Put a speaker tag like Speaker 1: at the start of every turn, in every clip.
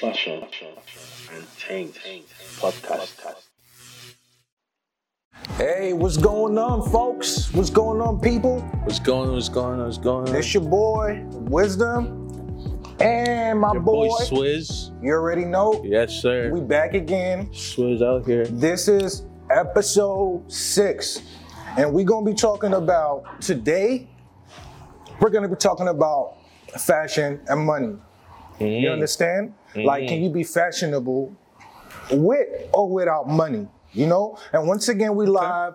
Speaker 1: Fashion and Taint Podcast.
Speaker 2: Hey, what's going on, folks? What's going on, people?
Speaker 1: What's going on? What's going on? What's going on?
Speaker 2: It's your boy, Wisdom, and my
Speaker 1: Your
Speaker 2: boy.
Speaker 1: boy Swizz.
Speaker 2: you already know,
Speaker 1: Yes, sir.
Speaker 2: we back again.
Speaker 1: Swizz out here.
Speaker 2: This is episode six, and we're gonna be talking about today. We're gonna be talking about fashion and money. You
Speaker 1: Mm.
Speaker 2: understand? Like, can you be fashionable with or without money? You know. And once again, we live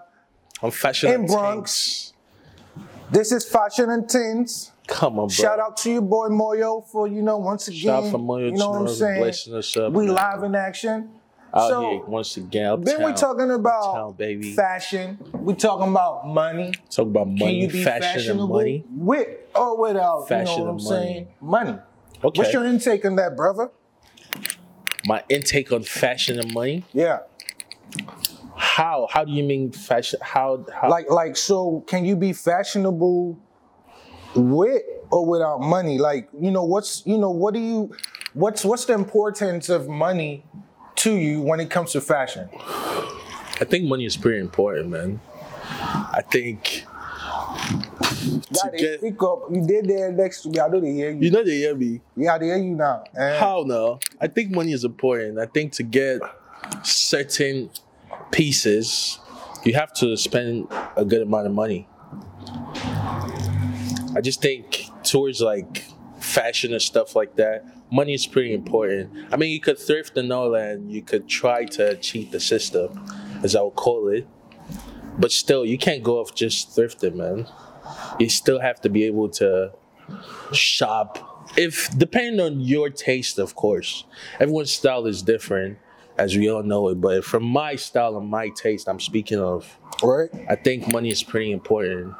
Speaker 1: I'm fashion
Speaker 2: in
Speaker 1: and
Speaker 2: Bronx. This is Fashion and Tins.
Speaker 1: Taint. Come on, bro.
Speaker 2: Shout out to your boy Moyo for you know once again.
Speaker 1: Shout out for Moyo
Speaker 2: you know what I'm
Speaker 1: Chinrosa
Speaker 2: saying?
Speaker 1: blessing us up,
Speaker 2: we
Speaker 1: man.
Speaker 2: live in action.
Speaker 1: out
Speaker 2: so
Speaker 1: here once again.
Speaker 2: then
Speaker 1: Uptown.
Speaker 2: we talking about
Speaker 1: Uptown, baby.
Speaker 2: fashion. We talking about money.
Speaker 1: Talk about money,
Speaker 2: Can you be
Speaker 1: fashion, and
Speaker 2: fashionable
Speaker 1: money.
Speaker 2: with or without?
Speaker 1: Fashion
Speaker 2: you know what I'm
Speaker 1: and
Speaker 2: saying? Money.
Speaker 1: Okay.
Speaker 2: What's your intake on that, brother?
Speaker 1: My intake on fashion and money.
Speaker 2: Yeah.
Speaker 1: How? How do you mean fashion? How? how
Speaker 2: Like like so can you be fashionable with or without money? Like, you know, what's you know, what do you what's what's the importance of money to you when it comes to fashion?
Speaker 1: I think money is pretty important, man. I think
Speaker 2: Got it.
Speaker 1: get-
Speaker 2: Speak up. You did there next to me. I know they hear you.
Speaker 1: you know they hear me.
Speaker 2: yeah, they hear you now. Eh. And
Speaker 1: Hell no. I think money is important. I think to get certain pieces, you have to spend a good amount of money. I just think towards like fashion and stuff like that, money is pretty important. I mean, you could thrift and all that, and you could try to cheat the system, as I would call it. But still, you can't go off just thrifting, man. You still have to be able to shop if depending on your taste of course everyone's style is different as we all know it but from my style and my taste i'm speaking of
Speaker 2: right?
Speaker 1: i think money is pretty important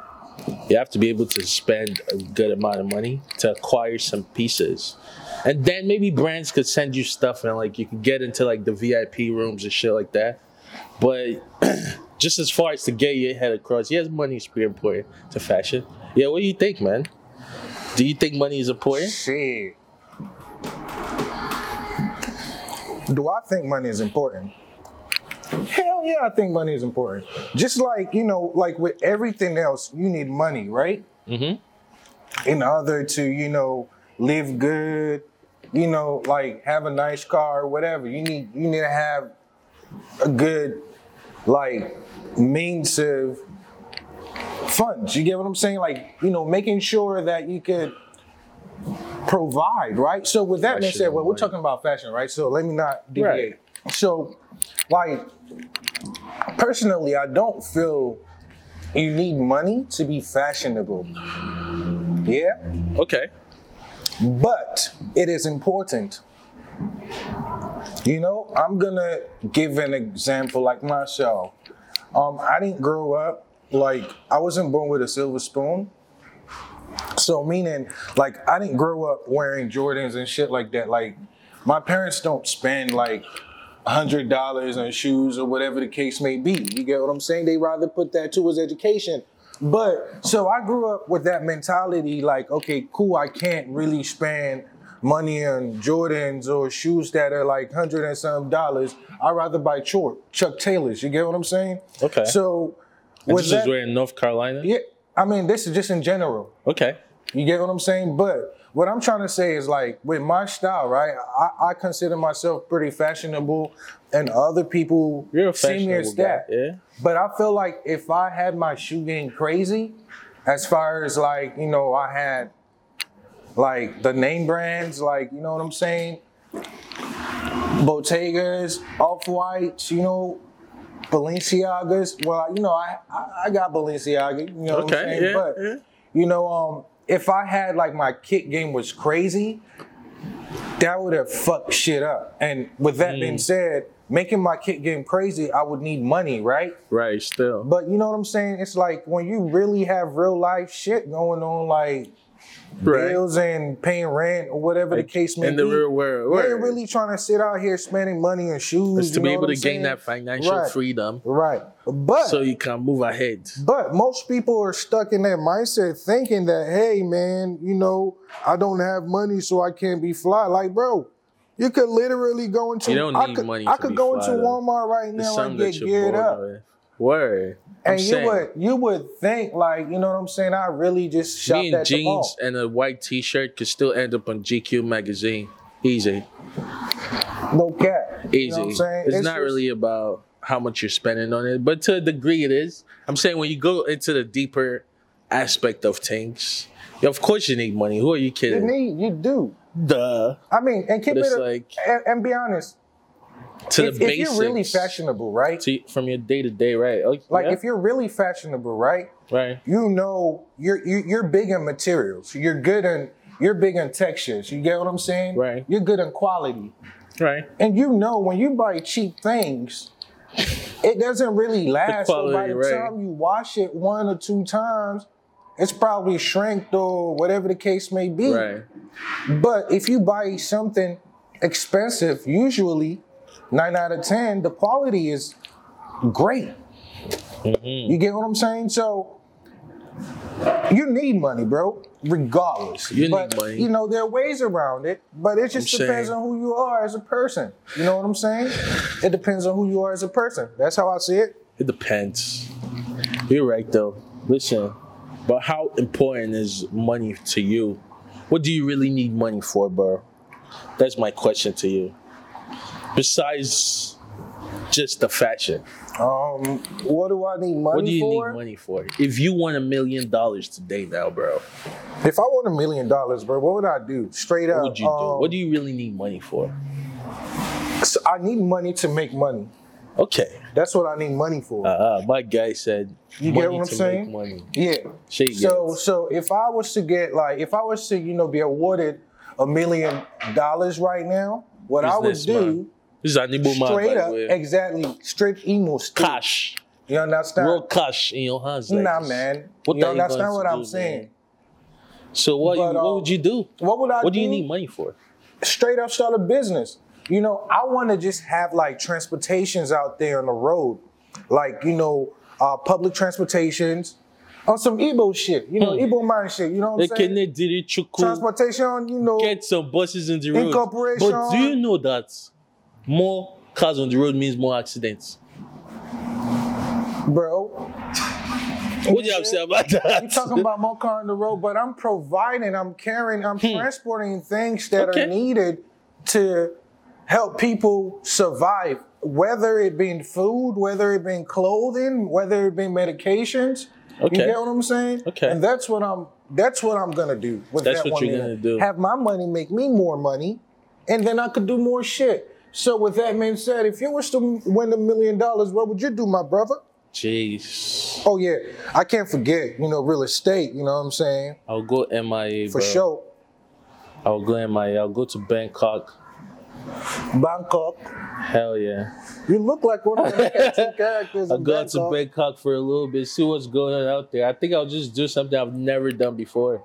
Speaker 1: you have to be able to spend a good amount of money to acquire some pieces and then maybe brands could send you stuff and like you could get into like the vip rooms and shit like that but just as far as to get your head across yes money is pretty important to fashion yeah what do you think man do you think money is important
Speaker 2: Shit. Do I think money is important? Hell yeah, I think money is important. Just like, you know, like with everything else, you need money, right? Mm-hmm. In order to, you know, live good, you know, like have a nice car, whatever. You need you need to have a good like means of funds. You get what I'm saying? Like, you know, making sure that you could provide, right? So with that being
Speaker 1: Fashion
Speaker 2: said,
Speaker 1: and
Speaker 2: well, we're
Speaker 1: money.
Speaker 2: talking about fashion, right? So let me not deviate. So like personally, I don't feel you need money to be fashionable. Yeah?
Speaker 1: Okay.
Speaker 2: but it is important. You know, I'm gonna give an example like myself. Um, I didn't grow up like I wasn't born with a silver spoon. So meaning like I didn't grow up wearing Jordans and shit like that. Like my parents don't spend like hundred dollars on shoes or whatever the case may be. You get what I'm saying? They rather put that towards education. But so I grew up with that mentality, like, okay, cool, I can't really spend money on Jordans or shoes that are like hundred and some dollars. I'd rather buy Chuck, Chuck Taylors. You get what I'm saying?
Speaker 1: Okay.
Speaker 2: So
Speaker 1: This
Speaker 2: was
Speaker 1: is
Speaker 2: that,
Speaker 1: we're in North Carolina.
Speaker 2: yeah, I mean, this is just in general.
Speaker 1: Okay.
Speaker 2: You get what I'm saying? But what I'm trying to say is like with my style, right? I, I consider myself pretty fashionable, and other people
Speaker 1: You're a
Speaker 2: see me
Speaker 1: fashionable
Speaker 2: as
Speaker 1: guy.
Speaker 2: that.
Speaker 1: Yeah.
Speaker 2: But I feel like if I had my shoe game crazy, as far as like you know, I had like the name brands, like you know what I'm saying, Bottegas, Off Whites, you know. Balenciagas. Well, you know, I I, I got Balenciaga. You know what I'm
Speaker 1: Okay.
Speaker 2: saying?
Speaker 1: Yeah.
Speaker 2: but
Speaker 1: yeah.
Speaker 2: you know, um, if I had like my kick game was crazy, that would have fucked shit up. And with that being
Speaker 1: Mm.
Speaker 2: said, making my kick game crazy, I would need money, right?
Speaker 1: Right. Still.
Speaker 2: But you know what I'm saying? It's like when you really have real life shit going on, like
Speaker 1: right.
Speaker 2: bills and paying rent or whatever the case may
Speaker 1: in the
Speaker 2: be.
Speaker 1: real world.
Speaker 2: you ain't
Speaker 1: word.
Speaker 2: really trying to sit out here spending money on shoes.
Speaker 1: It's to
Speaker 2: you
Speaker 1: be
Speaker 2: know
Speaker 1: able
Speaker 2: what
Speaker 1: to
Speaker 2: I'm
Speaker 1: gain
Speaker 2: saying?
Speaker 1: that financial
Speaker 2: Right.
Speaker 1: freedom,
Speaker 2: Right. But
Speaker 1: so you can move ahead.
Speaker 2: But most people are stuck in that mindset thinking that, hey, man, you know, I don't have money, so I can't be fly. Like, bro, You could literally go into.
Speaker 1: You don't
Speaker 2: I
Speaker 1: need
Speaker 2: could,
Speaker 1: money
Speaker 2: I
Speaker 1: to
Speaker 2: could
Speaker 1: be
Speaker 2: go
Speaker 1: fly,
Speaker 2: into
Speaker 1: though.
Speaker 2: Walmart right
Speaker 1: There's
Speaker 2: now and
Speaker 1: something
Speaker 2: get
Speaker 1: that you're
Speaker 2: geared
Speaker 1: born
Speaker 2: up,
Speaker 1: with. Word. I'm
Speaker 2: and you
Speaker 1: saying,
Speaker 2: would you would think like you know what I'm saying. I really just shopped
Speaker 1: me in
Speaker 2: at the mall.
Speaker 1: jeans and a white T-shirt could still end up on GQ magazine. Easy,
Speaker 2: No cap.
Speaker 1: easy.
Speaker 2: You know what I'm saying?
Speaker 1: it's,
Speaker 2: It's
Speaker 1: not
Speaker 2: just-
Speaker 1: really about how much you're spending on it, but to a degree it is. I'm saying when you go into the deeper aspect of things, of course you need money. Who are you
Speaker 2: You
Speaker 1: kidding?
Speaker 2: need you do.
Speaker 1: Duh.
Speaker 2: I mean, and keep
Speaker 1: But it's
Speaker 2: it a-
Speaker 1: like-
Speaker 2: and, and be honest.
Speaker 1: To
Speaker 2: if,
Speaker 1: the
Speaker 2: if
Speaker 1: basics.
Speaker 2: you're really fashionable, right?
Speaker 1: to- from your day to day, right? Oh,
Speaker 2: Like if you're really fashionable, right?
Speaker 1: you're right.
Speaker 2: You know, you're you, you're big in materials. You're good in you're big in textures. You get what I'm saying?
Speaker 1: Right.
Speaker 2: You're good in quality,
Speaker 1: Right.
Speaker 2: and you know when you buy cheap things, it doesn't really last. so by
Speaker 1: quality,
Speaker 2: the
Speaker 1: right.
Speaker 2: time you wash it one or two times, it's probably shrinked or whatever the case may be.
Speaker 1: Right.
Speaker 2: But if you buy something expensive, usually nine out of ten, the quality is great.
Speaker 1: Mm-hmm.
Speaker 2: You get what I'm saying? So you need money, bro, regardless.
Speaker 1: You need
Speaker 2: But,
Speaker 1: money.
Speaker 2: You know, there are ways around it, but it just
Speaker 1: I'm
Speaker 2: depends
Speaker 1: saying-
Speaker 2: on who you are as a person. You know what I'm saying? It depends on who you are as a person. That's how I see it.
Speaker 1: It depends. You're right though. Listen, but how important is money to you? What do you really need money for, bro? That's my question to you. Besides just the fashion,
Speaker 2: Um, what do I need money
Speaker 1: what do you
Speaker 2: for?
Speaker 1: need money for? If you want a million dollars today, now, bro,
Speaker 2: If I want a million dollars, bro, what would I do? Straight up.
Speaker 1: what would you do?
Speaker 2: um,
Speaker 1: What do you really need money for?
Speaker 2: So I need money to make money.
Speaker 1: Okay,
Speaker 2: That's what I need money for.
Speaker 1: uh, my guy said,
Speaker 2: You
Speaker 1: money
Speaker 2: get what I'm
Speaker 1: to
Speaker 2: saying?
Speaker 1: make money.
Speaker 2: yeah.
Speaker 1: Shake
Speaker 2: So
Speaker 1: Gates.
Speaker 2: so if I was to get like if I was to you know be awarded a million dollars right now, what I would do
Speaker 1: Businessman. This is Anibu man, by
Speaker 2: straight
Speaker 1: the
Speaker 2: up
Speaker 1: way.
Speaker 2: exactly straight emo stick.
Speaker 1: cash,
Speaker 2: You understand?
Speaker 1: real cash in your hands. like
Speaker 2: nah,
Speaker 1: this.
Speaker 2: man.
Speaker 1: What
Speaker 2: you
Speaker 1: are you
Speaker 2: understand
Speaker 1: going
Speaker 2: what
Speaker 1: to
Speaker 2: I'm
Speaker 1: do,
Speaker 2: saying?
Speaker 1: man? So what?
Speaker 2: But,
Speaker 1: you,
Speaker 2: um,
Speaker 1: what would you do?
Speaker 2: What would I
Speaker 1: What do you need money for?
Speaker 2: straight up start a business. You know, I want to just have like transportations out there on the road, like you know, uh, public transportations, on some Igbo shit. You know,
Speaker 1: Hmm.
Speaker 2: Igbo mind shit. You know what
Speaker 1: They
Speaker 2: I'm saying?
Speaker 1: can they did it to cool,
Speaker 2: Transportation, you know,
Speaker 1: get some buses in the road.
Speaker 2: Incorporation.
Speaker 1: But do you know that more cars on the road means more accidents?
Speaker 2: bro.
Speaker 1: What do you have to say about that?
Speaker 2: You're talking about more car on the road, but I'm providing, I'm carrying, I'm transporting things that
Speaker 1: Hmm. Okay.
Speaker 2: are needed to help people survive, whether it being food, whether it being clothing, whether it being medications.
Speaker 1: Okay.
Speaker 2: You get what I'm saying?
Speaker 1: Okay.
Speaker 2: And that's what I'm that's what I'm gonna do with
Speaker 1: That's
Speaker 2: that
Speaker 1: what
Speaker 2: one
Speaker 1: you're gonna
Speaker 2: million.
Speaker 1: do.
Speaker 2: Have my money make me more money, and then I could do more shit. So with that being said, if you was to win a million dollars, what would you do, my brother?
Speaker 1: Jeez,
Speaker 2: Oh yeah, I can't forget, you know, real estate, you know what I'm saying?
Speaker 1: I'll go MIA
Speaker 2: For
Speaker 1: bro.
Speaker 2: sure.
Speaker 1: I'll go MIA. I'll go to Bangkok.
Speaker 2: Bangkok.
Speaker 1: Hell yeah.
Speaker 2: You look like one of the two characters
Speaker 1: I
Speaker 2: in
Speaker 1: go out to
Speaker 2: Bangkok.
Speaker 1: Bangkok for a little bit, see what's going on out there. I think I'll just do something I've never done before.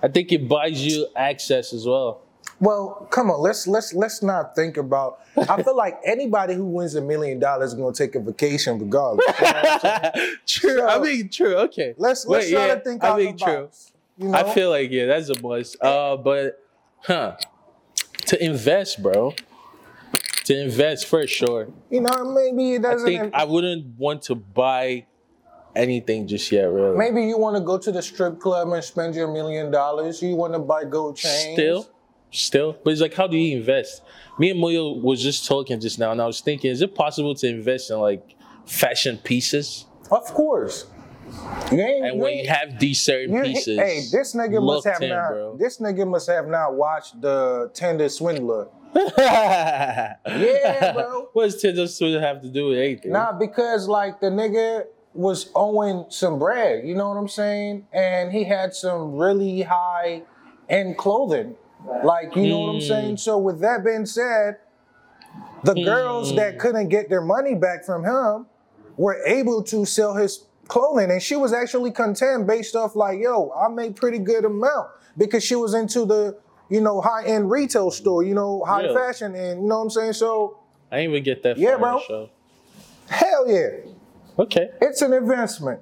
Speaker 1: I think it buys you access as well.
Speaker 2: Well, come on, let's let's let's not think about I feel like anybody who wins a million dollars is gonna take a vacation regardless.
Speaker 1: true. I
Speaker 2: So-
Speaker 1: mean, true. Okay.
Speaker 2: Let's let's
Speaker 1: Wait,
Speaker 2: try
Speaker 1: yeah,
Speaker 2: to think
Speaker 1: I
Speaker 2: out
Speaker 1: think
Speaker 2: the
Speaker 1: true.
Speaker 2: box. You know?
Speaker 1: I feel like yeah, that's a bust. Uh, but huh? To invest, bro. To invest for sure.
Speaker 2: you know, maybe it
Speaker 1: I
Speaker 2: doesn't
Speaker 1: think I wouldn't want to buy anything just yet, really.
Speaker 2: maybe you wanna go to the strip club and spend your million dollars. You wanna buy gold chains.
Speaker 1: Still, still. But it's like, how do you invest? Me and Moyo was just talking just now, and I was thinking, is it possible to invest in like fashion pieces?
Speaker 2: Of course. You ain't,
Speaker 1: And
Speaker 2: you
Speaker 1: when
Speaker 2: ain't-
Speaker 1: you have these certain
Speaker 2: You-
Speaker 1: pieces,
Speaker 2: Hey, this nigga must
Speaker 1: looked
Speaker 2: have
Speaker 1: in,
Speaker 2: not.
Speaker 1: bro.
Speaker 2: This nigga must have not watched the Tender Swindler.
Speaker 1: yeah,
Speaker 2: bro.
Speaker 1: what does Tinder Swindler have to do with anything?
Speaker 2: Nah, because like the nigga was owing some bread. You know what I'm saying? And he had some really high end clothing. Like you know what I'm saying. So with that being said, the girls that couldn't get their money back from him were able to sell his clothing and she was actually content based off like yo i made pretty good amount because she was into the you know high-end retail store you know high
Speaker 1: Really?
Speaker 2: fashion and you know what i'm saying so
Speaker 1: I didn't even get that far
Speaker 2: Yeah,
Speaker 1: in the
Speaker 2: bro.
Speaker 1: show.
Speaker 2: hell yeah
Speaker 1: Okay.
Speaker 2: it's an investment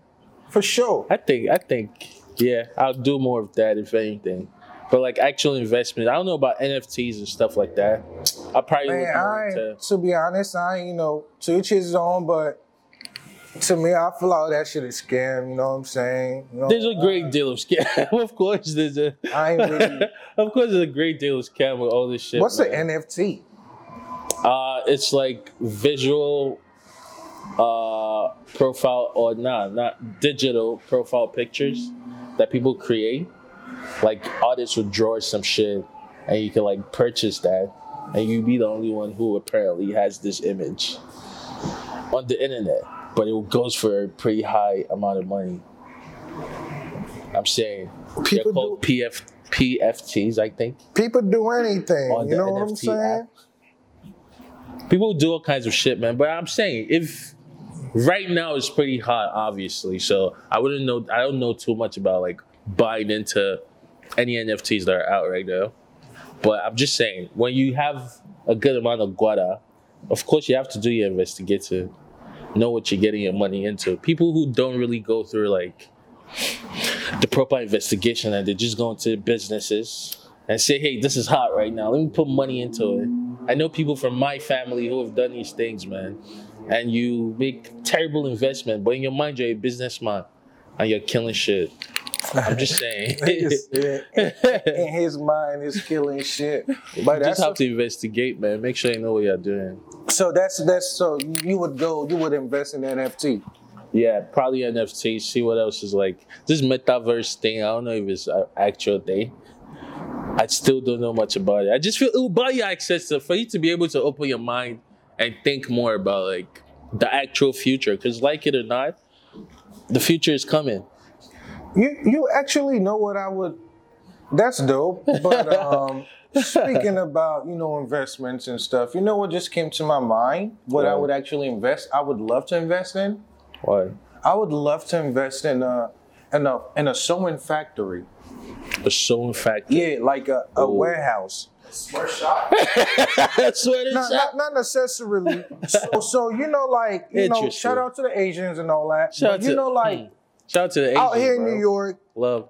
Speaker 2: for sure
Speaker 1: I think I think yeah, I'll do more of that if anything. But like actual investment, I don't know about NFTs and stuff like that. I probably
Speaker 2: Man,
Speaker 1: look more
Speaker 2: I
Speaker 1: into.
Speaker 2: ain't- to be honest, I ain't, you know, to each his own, but to me, I feel all that shit is scam, you know what I'm saying? You know,
Speaker 1: There's a great deal of scam. of course, there's a.
Speaker 2: I ain't really-
Speaker 1: of course, there's a great deal of scam with all this shit.
Speaker 2: what's
Speaker 1: man.
Speaker 2: an NFT?
Speaker 1: Uh, it's like visual uh, profile or nah, not digital profile pictures that people create. Like artists would draw some shit, and you can like purchase that, and you be the only one who apparently has this image on the internet. But it goes for a pretty high amount of money. I'm saying
Speaker 2: People
Speaker 1: they're called
Speaker 2: do-
Speaker 1: PF, PFTs, I think.
Speaker 2: People do anything,
Speaker 1: On
Speaker 2: you
Speaker 1: Oh, the
Speaker 2: know what I'm
Speaker 1: NFT app.
Speaker 2: saying?
Speaker 1: people do all kinds of shit, man. But I'm saying if right now it's pretty hot, obviously. So I wouldn't know. I don't know too much about like buying into any NFTs that are out right now. But I'm just saying when you have a good amount of guada, of course you have to do your investigation, know what you're getting your money into. People who don't really go through like the proper investigation and they just go into businesses and say, hey, this is hot right now. Let me put money into it. I know people from my family who have done these things, man. And you make terrible investment, but in your mind you're a businessman and you're killing shit. I'm just saying.
Speaker 2: It's- in in his mind, is killing shit. But
Speaker 1: you
Speaker 2: that's
Speaker 1: just have to investigate, man. Make sure you know what you're doing.
Speaker 2: so that's that's so you would go, you would invest in NFT.
Speaker 1: Yeah, probably NFT. See what else is like this metaverse thing. I don't know if it's an actual thing. I still don't know much about it. I just feel it will buy you access to for you to be able to open your mind and think more about like the actual future. Because like it or not, the future is coming.
Speaker 2: You you actually know what I would. That's dope. But um, speaking about you know investments and stuff, you know what just came to my mind? What I
Speaker 1: What?
Speaker 2: would actually invest. I would love to invest in.
Speaker 1: Why?
Speaker 2: I would love to invest in a in a in a sewing factory.
Speaker 1: The sewing factory.
Speaker 2: Yeah, like a, a warehouse.
Speaker 1: That's what it's
Speaker 2: Not, not, not necessarily. so, so you know, like you know,
Speaker 1: Interesting.
Speaker 2: shout out to the Asians and all that.
Speaker 1: Shout out
Speaker 2: but you
Speaker 1: to-
Speaker 2: know, like
Speaker 1: hmm. Shout out to the Asians,
Speaker 2: out here in
Speaker 1: bro.
Speaker 2: New York,
Speaker 1: Love.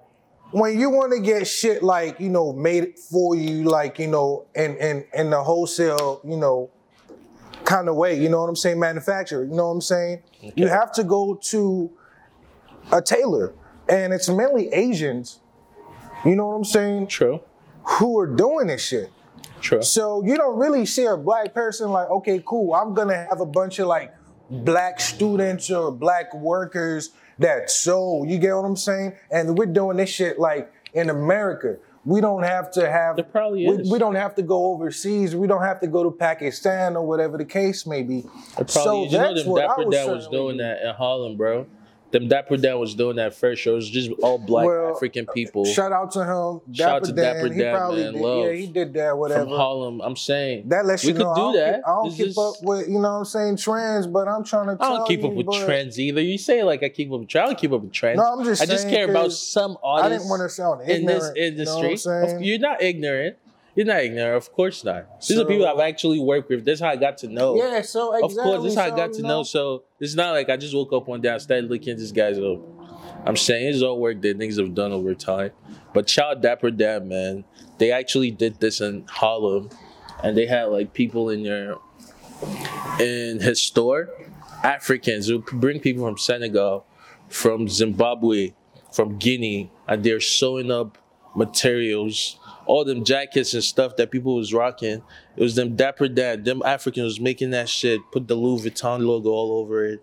Speaker 2: when you want to get shit like you know made for you, like you know, in in in the wholesale, you know, kind of way. You know what I'm saying? Manufacturer. You know what I'm saying? You have to go to a tailor, and it's mainly Asians. You know what I'm saying?
Speaker 1: True.
Speaker 2: Who are doing this shit?
Speaker 1: True.
Speaker 2: So you don't really see a black person like, okay, cool, I'm gonna have a bunch of like black students or black workers that so you get what I'm saying? And we're doing this shit like in America. We don't have to have
Speaker 1: There probably
Speaker 2: we,
Speaker 1: is.
Speaker 2: we don't have to go overseas. We don't have to go to Pakistan or whatever the case may be.
Speaker 1: Probably, you know them Dapper Dan was
Speaker 2: certainly
Speaker 1: doing
Speaker 2: do.
Speaker 1: that in Harlem, bro. Them Dapper Dan was doing that first show. It was just all black
Speaker 2: Well,
Speaker 1: African people
Speaker 2: Shout out to him. Dapper
Speaker 1: Shout out to
Speaker 2: Dan.
Speaker 1: Dapper
Speaker 2: he
Speaker 1: Dan,
Speaker 2: probably
Speaker 1: man.
Speaker 2: did.
Speaker 1: Love
Speaker 2: Yeah, he did that.
Speaker 1: from
Speaker 2: Whatever.
Speaker 1: Harlem. I'm saying
Speaker 2: That lets
Speaker 1: we
Speaker 2: you know
Speaker 1: could
Speaker 2: I don't,
Speaker 1: do that.
Speaker 2: keep- I don't
Speaker 1: It's
Speaker 2: keep
Speaker 1: just-
Speaker 2: up with you know what I'm saying trends, but I'm trying to.
Speaker 1: I
Speaker 2: tell
Speaker 1: don't keep up
Speaker 2: you,
Speaker 1: with
Speaker 2: but
Speaker 1: trends either. You say like I keep up with trends. I don't keep up with trends.
Speaker 2: No, I'm just
Speaker 1: I just
Speaker 2: saying
Speaker 1: care about
Speaker 2: 'cause
Speaker 1: some
Speaker 2: I
Speaker 1: artists
Speaker 2: didn't want to sound ignorant
Speaker 1: in this
Speaker 2: You know
Speaker 1: industry.
Speaker 2: what I'm saying?
Speaker 1: Of- you're not ignorant. You're not ignorant. Of course not. These are
Speaker 2: So-
Speaker 1: people I've actually worked with. This is how I got to know.
Speaker 2: yeah, so
Speaker 1: Of
Speaker 2: exactly.
Speaker 1: course, this is how I
Speaker 2: so,
Speaker 1: got to
Speaker 2: you
Speaker 1: know. So it's not like I just woke up one day and started looking at these guys up. I'm saying it's all work that niggas have done over time. But shout out Dapper Dad, man. They actually did this in Harlem and they had like people in their in his store, Africans who bring people from Senegal, from Zimbabwe, from Guinea, and they're sewing up materials, all them jackets and stuff that people was rocking. It was them dapper dad, them Africans was making that shit, put the Louis Vuitton logo all over it.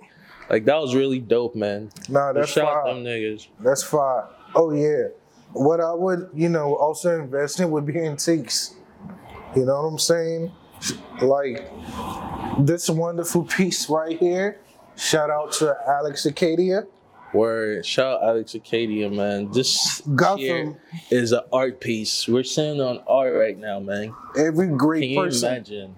Speaker 1: Like that was really dope, man.
Speaker 2: Nah, that's
Speaker 1: Shout out
Speaker 2: fine.
Speaker 1: them niggas.
Speaker 2: That's fine. Oh yeah. What I would, you know, also invest in would be antiques. You know what I'm saying? Like this wonderful piece right here. Shout out to Alex Acadia.
Speaker 1: Word. Shout out Alex Acadia, man. This
Speaker 2: Gotham.
Speaker 1: here is an art piece. We're sitting on art right now, man.
Speaker 2: Every
Speaker 1: Can
Speaker 2: great
Speaker 1: you
Speaker 2: person.
Speaker 1: imagine?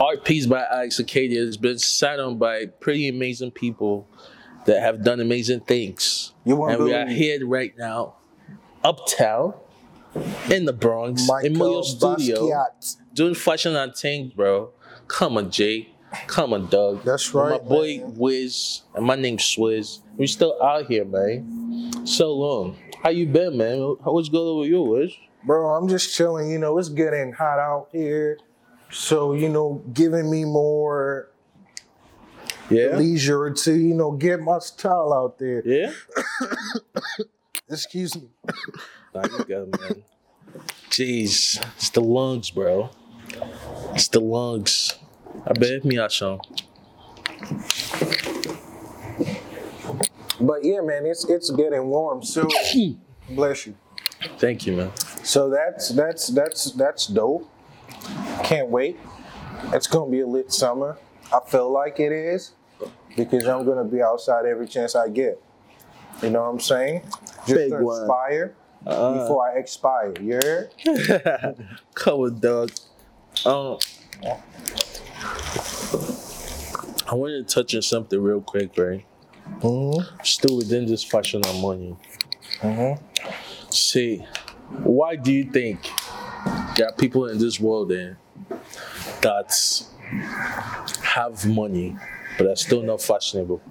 Speaker 1: Art piece by Alex Acadia has been sat on by pretty amazing people that have done amazing things.
Speaker 2: You won't
Speaker 1: and we are
Speaker 2: believe-
Speaker 1: here right now, uptown, in the Bronx, in Moyo
Speaker 2: Michael
Speaker 1: Studio,
Speaker 2: Basquiat.
Speaker 1: doing fashion and things, bro. Come on, Jay. Come on, Doug.
Speaker 2: That's
Speaker 1: And
Speaker 2: right,
Speaker 1: My boy
Speaker 2: man.
Speaker 1: Wiz, and my name's Swizz. We still out here, man. So long. How you been, man? How- What's going on with you, Wiz?
Speaker 2: Bro, I'm just chilling. You know, it's getting hot out here. So, you know, giving me more
Speaker 1: Yeah.
Speaker 2: leisure to, you know, get my style out there.
Speaker 1: Yeah.
Speaker 2: Excuse me.
Speaker 1: Nah, you good, man. Jeez, it's the lungs, bro. It's the lungs. I bet me I some.
Speaker 2: But yeah, man, it's it's getting warm. So bless you.
Speaker 1: Hmm. Thank you, man.
Speaker 2: So that's that's that's that's dope. Can't wait. It's gonna be a lit summer. I feel like it is because I'm gonna be outside every chance I get. You know what I'm saying? Just
Speaker 1: Big Uh-uh.
Speaker 2: to
Speaker 1: one.
Speaker 2: expire before I expire. You heard?
Speaker 1: Cover dog. Um, I wanted to touch on something real quick, right? Still within this fashion I'm on you. See, why do you think there are people in this world then that have money but are still not fashionable?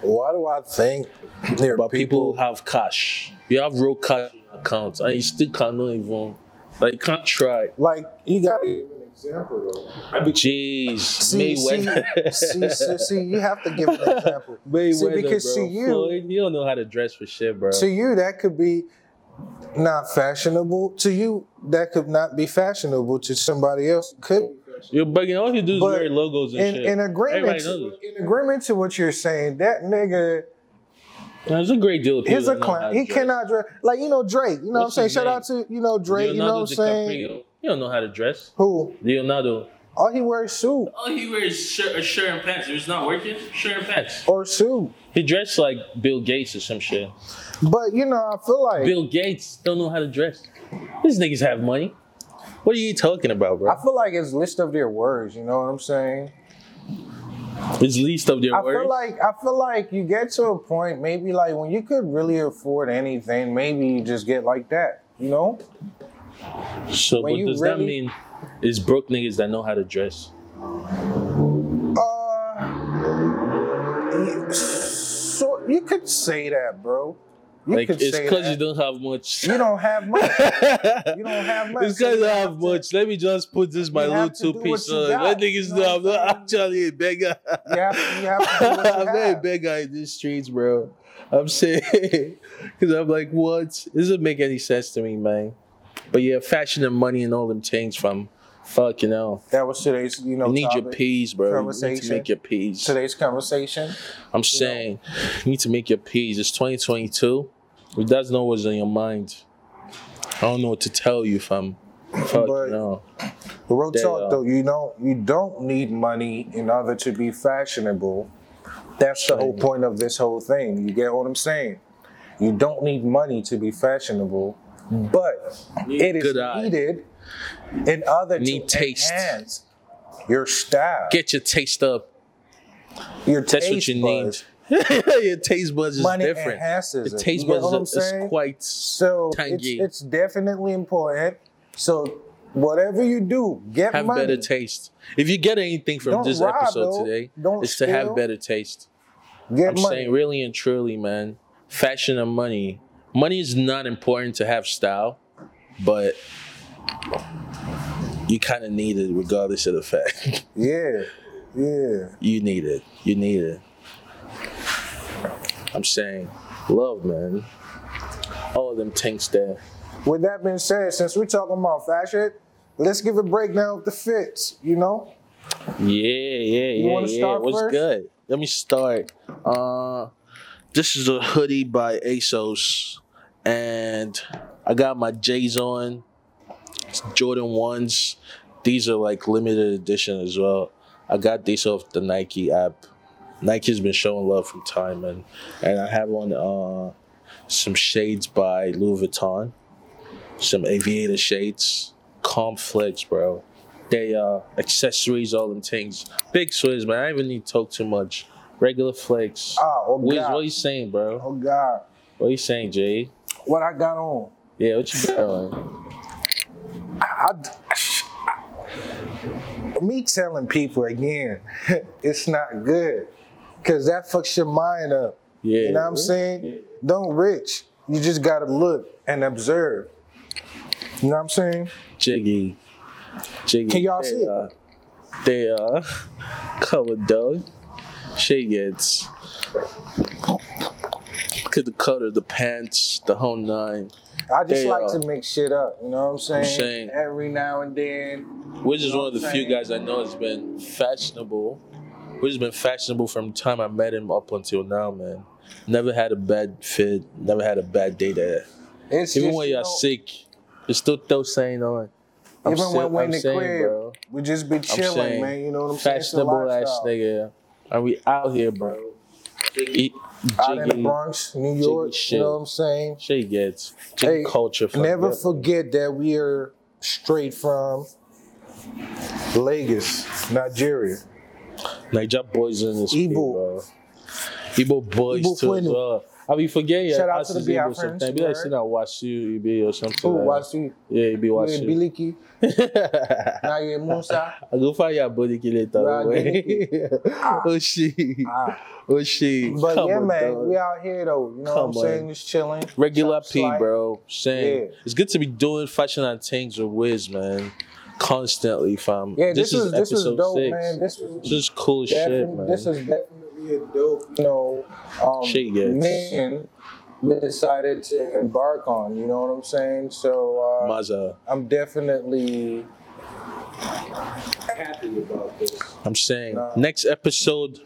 Speaker 2: Why do I think there are
Speaker 1: But people, have cash. You have real cash in your accounts and you still cannot even like you can't try.
Speaker 2: like you got an example though?
Speaker 1: Jeez,
Speaker 2: See, see,
Speaker 1: Mayweather.
Speaker 2: see, see, see, you have to give an example. see,
Speaker 1: Mayweather,
Speaker 2: because
Speaker 1: bro.
Speaker 2: to you,
Speaker 1: Floyd, you don't know how to dress for shit, bro.
Speaker 2: to you, that could be not fashionable. To you, that could not be fashionable. To somebody else, it could.
Speaker 1: You're bugging. All you do is
Speaker 2: But
Speaker 1: wear logos and
Speaker 2: In,
Speaker 1: shit.
Speaker 2: in agreement,
Speaker 1: Everybody
Speaker 2: to,
Speaker 1: knows
Speaker 2: in agreement to what you're saying, that nigga
Speaker 1: it. Now, There's a great deal of people.
Speaker 2: is a
Speaker 1: that know how
Speaker 2: clown.
Speaker 1: to
Speaker 2: He
Speaker 1: dress.
Speaker 2: cannot dress like you know Drake. You know
Speaker 1: What's
Speaker 2: what I'm saying?
Speaker 1: his
Speaker 2: Shout
Speaker 1: name?
Speaker 2: out to you know Drake. you know what I'm saying?
Speaker 1: DiCaprio. You don't know how to dress.
Speaker 2: Who?
Speaker 1: Leonardo.
Speaker 2: All he wears suit
Speaker 3: Oh, he wears shirt, a shirt and pants. If it's not working, shirt and pants.
Speaker 2: or suit.
Speaker 1: He dressed like Bill Gates or some shit.
Speaker 2: But you know, I feel like
Speaker 1: Bill Gates don't know how to dress. These niggas have money. What are you talking about, bro?
Speaker 2: I feel like it's list of their words. You know what I'm saying?
Speaker 1: It's least of their
Speaker 2: I
Speaker 1: worries.
Speaker 2: feel like I feel like you get to a point maybe like when you could really afford anything, maybe you just get like that, you know?
Speaker 1: so,
Speaker 2: when
Speaker 1: but
Speaker 2: you
Speaker 1: does that
Speaker 2: really-
Speaker 1: mean it's broke niggas that know how to dress?
Speaker 2: Uh you- so you could say that, bro. You
Speaker 1: Like
Speaker 2: could
Speaker 1: it's
Speaker 2: say
Speaker 1: because you
Speaker 2: that.
Speaker 1: don't have much.
Speaker 2: You don't have money.
Speaker 1: you
Speaker 2: You don't have much.
Speaker 1: It's
Speaker 2: so
Speaker 1: because
Speaker 2: you
Speaker 1: I
Speaker 2: have
Speaker 1: have
Speaker 2: to-
Speaker 1: much. Let me just put this my
Speaker 2: you
Speaker 1: little
Speaker 2: have to do
Speaker 1: two piece
Speaker 2: what you
Speaker 1: on.
Speaker 2: got,
Speaker 1: Let niggas
Speaker 2: you
Speaker 1: know
Speaker 2: know
Speaker 1: I'm
Speaker 2: what
Speaker 1: not
Speaker 2: I'm
Speaker 1: actually a beggar.
Speaker 2: You have to, you have to do what
Speaker 1: I'm
Speaker 2: you
Speaker 1: not a
Speaker 2: have.
Speaker 1: beggar in these streets, bro. I'm saying because I'm like, what? This doesn't make any sense to me, man. But yeah, fashion and money and all them things from fucking hell.
Speaker 2: That was today's, you know,
Speaker 1: You need your
Speaker 2: topic,
Speaker 1: peas, bro. You need to
Speaker 2: conversation.
Speaker 1: make your peas.
Speaker 2: today's conversation.
Speaker 1: I'm saying you need to make your peas. It's 2022. It does know what's on your mind. I don't know what to tell you, fam. Fuck
Speaker 2: But-
Speaker 1: no.
Speaker 2: But real
Speaker 1: They uh,
Speaker 2: talk
Speaker 1: are.
Speaker 2: though, you don't you don't need money in order to be fashionable. That's the whole point of this whole thing. You get what I'm saying? You don't need money to be fashionable, but it is
Speaker 1: good eye.
Speaker 2: needed in order
Speaker 1: Need
Speaker 2: to
Speaker 1: taste.
Speaker 2: enhance your style.
Speaker 1: Get your taste up.
Speaker 2: your
Speaker 1: That's what
Speaker 2: taste
Speaker 1: you need.
Speaker 2: buds.
Speaker 1: your taste buds is
Speaker 2: Money
Speaker 1: different.
Speaker 2: enhances
Speaker 1: Your
Speaker 2: it.
Speaker 1: taste
Speaker 2: You get
Speaker 1: buds
Speaker 2: what I'm
Speaker 1: is, is
Speaker 2: saying?
Speaker 1: quite.
Speaker 2: So it's,
Speaker 1: Tangy.
Speaker 2: it's definitely important. So whatever you do, get
Speaker 1: Have
Speaker 2: money.
Speaker 1: better taste. If you get anything from
Speaker 2: Don't
Speaker 1: this
Speaker 2: rob,
Speaker 1: episode
Speaker 2: though.
Speaker 1: today,
Speaker 2: Don't
Speaker 1: it's to have
Speaker 2: steal.
Speaker 1: better taste.
Speaker 2: get
Speaker 1: I'm
Speaker 2: money.
Speaker 1: saying really and truly, man. Fashion and money. Money is not important to have style, but you kind of need it regardless of the fact.
Speaker 2: Yeah. Yeah.
Speaker 1: you need it. You need it. I'm saying love, man. All of them tanks there.
Speaker 2: With that being said, since we're talking about fashion, let's give a breakdown of the fits, you know?
Speaker 1: Yeah, yeah, yeah,
Speaker 2: wanna
Speaker 1: yeah.
Speaker 2: start
Speaker 1: What's
Speaker 2: first?
Speaker 1: good? Let me start. Uh, this is a hoodie by ASOS, and I got my J's on. It's Jordan ones. These are like limited edition as well. I got these off the Nike app. Nike's been showing love from time, and and I have on uh, some shades by Louis Vuitton, some aviator shades, calm flex, bro they uh accessories, all them things. Big Swizz, man. I don't even need to talk too much. Regular flakes.
Speaker 2: Ah, oh
Speaker 1: Wiz,
Speaker 2: God.
Speaker 1: what you saying, bro?
Speaker 2: Oh God.
Speaker 1: What you saying, Jay?
Speaker 2: What I got on.
Speaker 1: Yeah, what you doing?
Speaker 2: I, I- me telling people again, it's not good. Cause that fucks your mind up.
Speaker 1: Yeah.
Speaker 2: You know what I'm saying? Don't rich. You just gotta look and observe. You know what I'm saying?
Speaker 1: Jiggy. Jiggy,
Speaker 2: Can y'all
Speaker 1: they,
Speaker 2: see it?
Speaker 1: Uh, they uh, covered dog. She gets. Look at the color, the pants, the whole nine.
Speaker 2: I just
Speaker 1: They,
Speaker 2: like
Speaker 1: uh,
Speaker 2: to mix shit up. You know what I'm saying?
Speaker 1: saying.
Speaker 2: Every now and then.
Speaker 1: Which is one of the few
Speaker 2: Same.
Speaker 1: guys I know has been fashionable. Which has been fashionable from the time I met him up until now, man. Never had a bad fit, never had a bad day there.
Speaker 2: It's
Speaker 1: Even
Speaker 2: just,
Speaker 1: when
Speaker 2: you
Speaker 1: you're
Speaker 2: know,
Speaker 1: sick, you still throw saying on. I'm
Speaker 2: even
Speaker 1: still-
Speaker 2: when we're in
Speaker 1: I'm
Speaker 2: the
Speaker 1: saying,
Speaker 2: crib,
Speaker 1: bro.
Speaker 2: we just be
Speaker 1: I'm
Speaker 2: chilling,
Speaker 1: saying,
Speaker 2: man. You know what I'm saying? It's a
Speaker 1: Fashionable ass
Speaker 2: lifestyle.
Speaker 1: nigga. And we out here, bro. Eat
Speaker 2: Out in the
Speaker 1: jiggy,
Speaker 2: Bronx, New York. You
Speaker 1: shit.
Speaker 2: know what I'm saying?
Speaker 1: she gets
Speaker 2: Hey,
Speaker 1: jiggy culture. fucked
Speaker 2: Never
Speaker 1: up.
Speaker 2: forget that we are straight from Lagos, Nigeria.
Speaker 1: Like your boys in this Igbo.
Speaker 2: Igbo.
Speaker 1: bro. Igbo boys
Speaker 2: Igbo
Speaker 1: too as
Speaker 2: Quenu.
Speaker 1: well. I be forgetting
Speaker 2: Shout
Speaker 1: your
Speaker 2: out to the
Speaker 1: asses
Speaker 2: BI
Speaker 1: Igbo
Speaker 2: friends,
Speaker 1: sometimes. Be like
Speaker 2: right?
Speaker 1: sitting at Wasu, you be or something.
Speaker 2: Who
Speaker 1: like
Speaker 2: watched you?
Speaker 1: that. Yeah, you be
Speaker 2: You
Speaker 1: Wasu.
Speaker 2: in Biliki?
Speaker 1: I
Speaker 2: Now you in Musa?
Speaker 1: go find your body kill later.
Speaker 2: Right,
Speaker 1: boy. oh she,
Speaker 2: Ah.
Speaker 1: oh she.
Speaker 2: But
Speaker 1: Come
Speaker 2: yeah,
Speaker 1: on,
Speaker 2: man,
Speaker 1: dog.
Speaker 2: we out here though. You know
Speaker 1: Come
Speaker 2: what I'm saying?
Speaker 1: on.
Speaker 2: Just chilling.
Speaker 1: regular
Speaker 2: Chop
Speaker 1: P,
Speaker 2: slack.
Speaker 1: bro. Saying
Speaker 2: Yeah.
Speaker 1: it's good to be doing fashion and things with Wiz, man. Constantly, fam.
Speaker 2: Yeah, this, is, this is
Speaker 1: episode
Speaker 2: dope,
Speaker 1: six.
Speaker 2: man. This was
Speaker 1: This is cool shit,
Speaker 2: definitely
Speaker 1: man.
Speaker 2: this is definitely a dope, you know, um,
Speaker 1: Shit gets.
Speaker 2: mission we decided to embark on. You know what I'm saying? So uh,
Speaker 1: Mazza.
Speaker 2: I'm definitely happy about this.
Speaker 1: I'm saying
Speaker 2: Nah.
Speaker 1: next episode,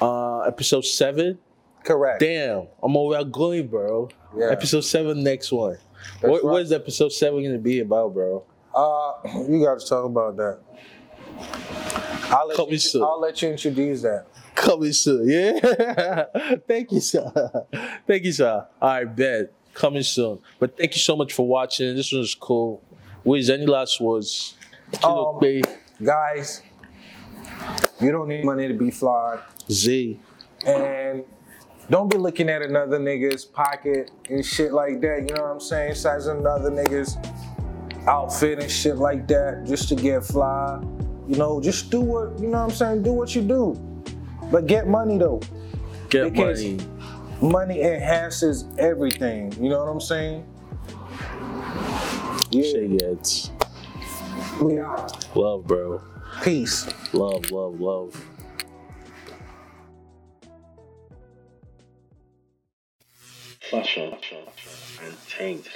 Speaker 1: uh, episode seven.
Speaker 2: Correct.
Speaker 1: Damn, I'm over going, bro.
Speaker 2: Yeah.
Speaker 1: Episode seven, next one. What,
Speaker 2: right.
Speaker 1: what is episode seven gonna be about, bro?
Speaker 2: Uh, you got to talk about that. I'll let,
Speaker 1: Coming
Speaker 2: you,
Speaker 1: soon.
Speaker 2: I'll let you introduce that.
Speaker 1: Coming soon, yeah. thank you, sir. Thank you, sir. I bet coming soon. But thank you so much for watching. This was cool. Wiz, any last words? Kilo
Speaker 2: Um,
Speaker 1: Bay,
Speaker 2: Guys, you don't need money to be fly.
Speaker 1: Z.
Speaker 2: And don't be looking at another nigga's pocket and shit like that. You know what I'm saying? Sizing another nigga's outfit and shit like that just to get fly. You know, just do what, you know what I'm saying? Do what you do. But get money though.
Speaker 1: Get
Speaker 2: Because-
Speaker 1: money.
Speaker 2: Money enhances everything. You know what I'm saying?
Speaker 1: Shit
Speaker 2: Yeah.
Speaker 1: gets.
Speaker 2: We out.
Speaker 1: Love, bro.
Speaker 2: Peace.
Speaker 1: Love, love, love.
Speaker 4: Fashion and Change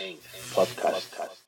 Speaker 4: Podcast.